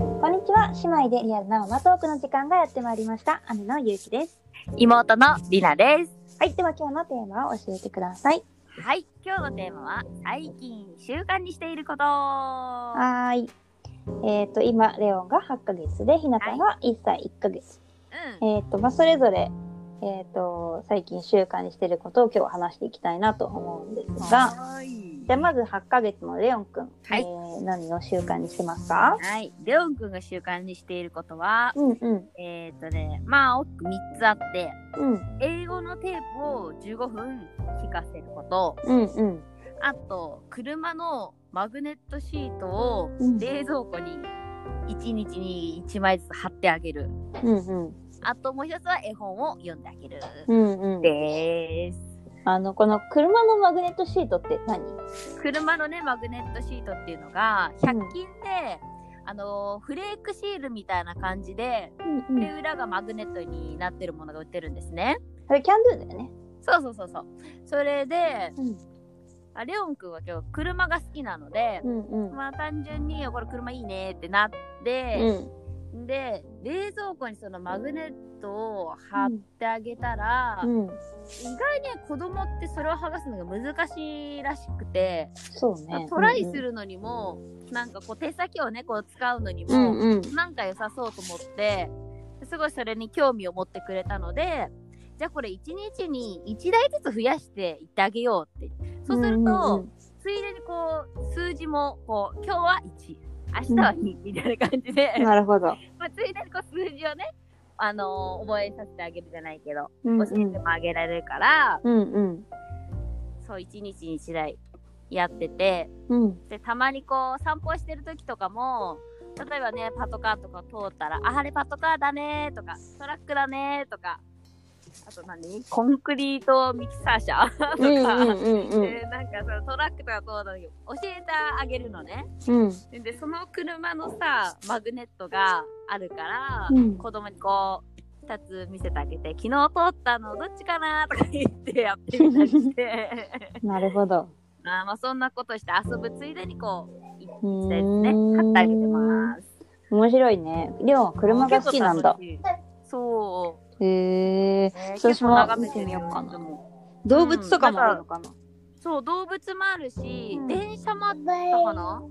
は姉妹でリアルなママトークの時間がやってまいりました。姉のゆうきです。妹のりなです。はい、では今日のテーマを教えてください。はい、今日のテーマは最近習慣にしていること。うはーい。えっ、と、今、レオンが8ヶ月で、ひなたが1歳1ヶ月。ん、えっ、と、まあ、それぞれ、えっ、と、最近習慣にしてることを今日は話していきたいなと思うんですが、はいじゃあまず8ヶ月のレオンくん、はいえー何の習慣にしてますかはい、レオンくんが習慣にしていることは、うんうん。えっ、とね、まあ大きく三つあって、うん英語のテープを15分聞かせること、うんうん。あと車のマグネットシートをうん冷蔵庫に1日に1枚ずつ貼ってあげる。うんうん。あともう一つは絵本を読んであげる。うんうん。でーす。あの、この車のマグネットシートって何車のねマグネットシートっていうのがうん100均で、あのーフレークシールみたいな感じでうんで裏がマグネットになってるものが売ってるんですねそれキャンドゥだよね。そうそうそうそうそれでうんあレオンくんは今日車が好きなので、うんうん。まあ単純にこれ車いいねってなって、うんで冷蔵庫にそのマグネットを貼ってあげたら、うん。意外に子供ってそれを剥がすのが難しいらしくて、そうね。トライするのにも、なんかこう手先をねこう使うのにうんも、うん。なんか良さそうと思ってすごいそれに興味を持ってくれたのでじゃあこれ1日に1台ずつ増やしていってあげようってそうすると、ついでにこう数字もこう今日は1明日は2みたいな感じで、なるほど。まあ、ついでにこう数字をねあのー覚えさせてあげるじゃないけどうん教うえてん。もあげられるから、うんうん。そう1日に1台やってて。うんでたまにこう散歩してる時とかも例えばねパトカーとか通ったら「ああれパトカーだね」とか「トラックだね」とかあと何コンクリートミキサー車とか、うんうんうんでなんかそのトラックとか通った時教えてあげるのねうん。でその車のさマグネットがあるから、うん子供にこう2つ見せてあげて「昨日通ったのどっちかな?」とか言ってやってみたりして。 なるほど。あーまあそんなことして遊ぶついでにこう一う日ーでんね買ってあげてます。面白いね。りょうは車が好きなんだ。結構楽しい。そへえう。。ね私も結構眺めてるよ見てみようかないつも動物とかもあるのかな。そう動物もあるし、うん電車もあったかな。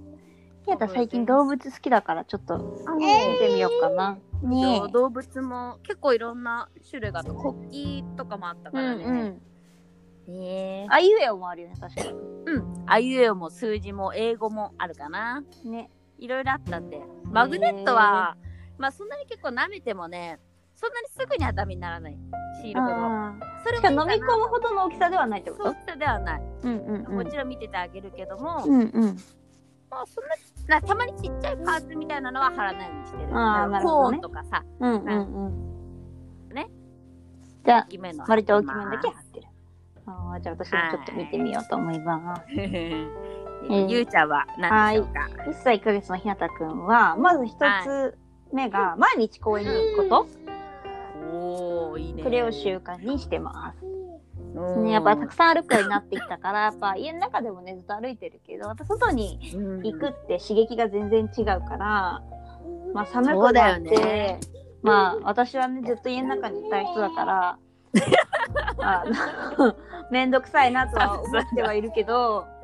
やだ最近動物好きだからちょっとあ見てみようかな。ねそう動物も結構いろんな種類があった。国旗とかもあったうからんね。うん。ねあいうえおもあるよね確かうん。あいうえおも数字も英語もあるかな。に。ね。いろいろあったんで。マグネットは、まあそんなに結構舐めてもね、そんなにすぐにはダメにならない。シールほど。ああ。それしかもいいも飲かなみ込むほどの大きさではないってこそうといったではない、うんうんもちろん見ててあげるけども、うんうん。まあそんななたまにちっちゃいパーツみたいなのは貼らないようにしてるあーなるほどねコーンとかさうんうんうん。ね。じゃあ大、きめの割と大きめのだけ貼ってる。ああ、じゃあ私もちょっと見てみようと思います。け ーゆうちゃんは何でしょうか1歳1ヶ月のひなたくんは、まず1つ目が、毎日公園に行くこと、おおいいねこれを習慣にしてます。うんね、やっぱたくさん歩くようになってきたから、やっぱ家の中でもね、ずっと歩いてるけど、また外にうん行くって刺激が全然違うから、まあ寒そうくなだっよて、ねまあ私はね、ずっと家の中にいたい人だ から、あ のめんどくさいなとは思ってはいるけど、うん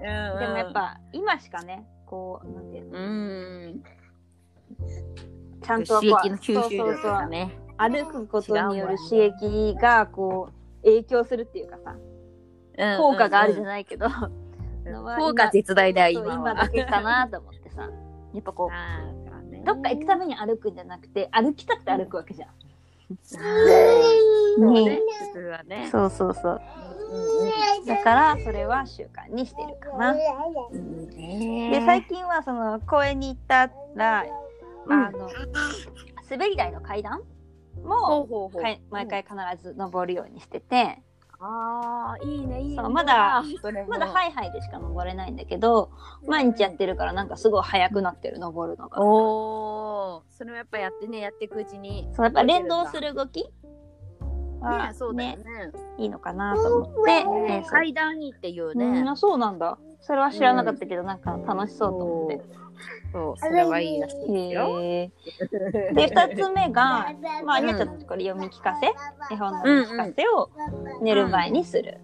でもやっぱ今しかね、こう、なんていうの、うんちゃんとこ刺う激の吸収そうそう力そうがね歩くことによる刺激がこう影響するっていうかさ、うん効果があるじゃないけど、うんのうんは効果絶大だよそう今今だけかなと思ってさ、やっぱこう、どっか行くために歩くんじゃなくて、歩きたくて歩くわけじゃん。めねそれはねそうそうそう。だからそれは習慣にしてるかな。うんで、最近はその公園に行ったら、あの、滑り台の階段ほうも、ほうほうかい毎回必ず登るようにしてて、ああいいねいいねそうまだそれもまだハイハイでしか登れないんだけど、毎日やってるからなんかすごい速くなってる登るのが。おーそれもやっぱやってねやっていくうちにそうやっぱ連動する動きはねそうだよねいいのかなと思って、えーそう階段にっていうね、うんあそうなんだ。それは知らなかったけど、なんか楽しそうと思って。そう、それはい いらしいですよ。へーで、二つ目が、まあ、あにゃちゃんのところ読み聞かせ、絵本の読み聞かせを寝る前にする。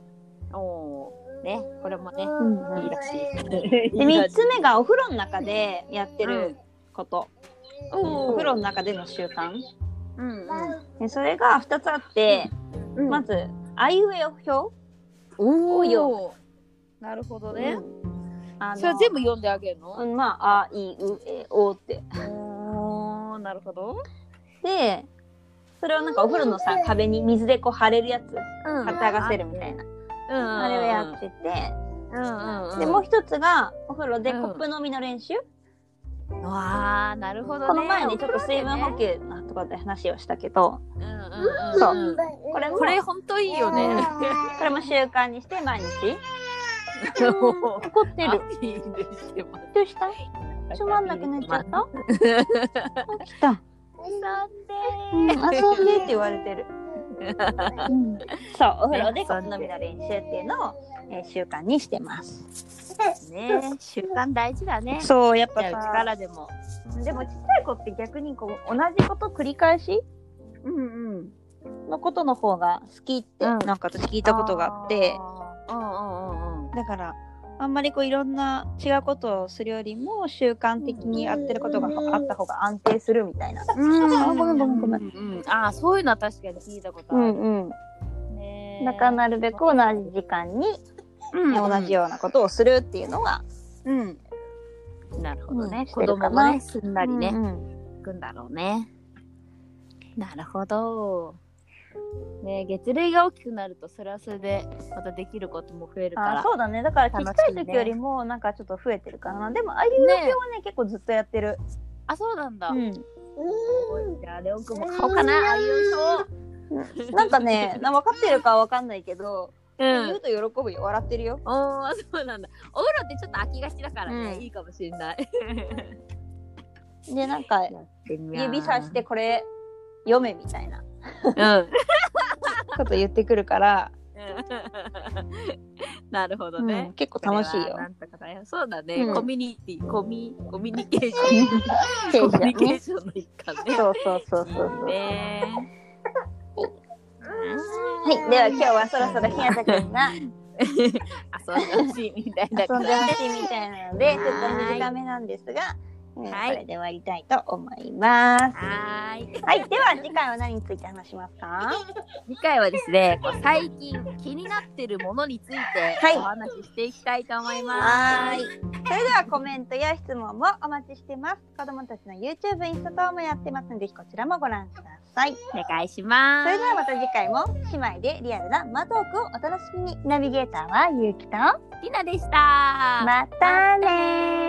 おーね、これもね、うんいいらしい。で、三つ目がお風呂の中でやってること。おお風呂の中での習慣。うんでそれが二つあって、うん。まず、あいうえお表。おおよ。なるほどね。あのそれは全部読んであげるうのん、まあ、あいうえおって。おー、なるほど。で、それをなんかお風呂のさ、壁に水でこう貼れるやつ、うん貼ってあがせるみたいな。うん。あれをやってて。うんうん。で、もう一つが、お風呂でコップ飲みの練習。うん。わあ、なるほどね。この前にちょっとお風水呂分補でね。給のところで話をしたけど、うんうんうん。そううん。これも、これ本当いいよね。これも習慣にして毎日。怒怒ってる。。してます。どうしたつまんなくなっちゃった起きた。うん、遊んでって言われてる。うんそう、お風呂でコップ飲みの練習っていうのを、えー習慣にしてます。ね習慣大事だね。そう、やっじゃあうちからでも。でもちっちゃい子って逆にこう同じこと繰り返しうんうん。のことの方が好きって、うんなんか私聞いたことがあってうんうんうんうん。だからあんまりこういろんな違うことをするよりも習慣的にやってることがあった方が安定するみたいな。うんあごめんごめんごめんうんうん、あーそういうのは確かに聞いたことある、んうん、ねだからなるべく同じ時間にうん同じようなことをするっていうのが、うんなるほどね、うん子供もねすんなやっぱりりねね、、行くんだろうねなるほどね月齢が大きくなるとそれはそれでまたできることも増えるからあそうだねだからちっ楽しいねちゃい時よりもなんかちょっと増えてるかなでもああいうねのはね結構ずっとやってる、あそうなんだ、じゃあレオくんも買おうかうんなああいう表なんかねな分かってるかは分かんないけど、う言うと喜ぶよ笑ってるよおーそうなんだお風呂ってちょっと空きがちだからね、うんいいかもしれないでなんか指さしてこれ読めみたいなうんこと言ってくるから、 なるほどうんね。結構楽しいこれはよな。んとかだよ。そうだね。うんコミュニティ、コミ、コミュニケーション。テコンシミュョニンケねーションの一環ね。そうそうそうそうそう。いいね。はい、では今日はそろそろひなたくんが遊ん遊んでほしいみたいだでかほら。しいみたいなので、ちょっと短めなんですが、うんはいこれで終わりたいと思います。はーい。はい、では次回は何について話しますか？次回はですね、こう最近気になってるものについてはいお話ししていきたいと思います。はーい。それではコメントや質問もお待ちしてます。子供たちの YouTube、インスタ等もやってますので、ぜひこちらもご覧ください。お願いしまそれではまた次回も姉妹でリアルなマトークをお楽しみに。ナビゲーターはゆうきと、す。りなでした。またねー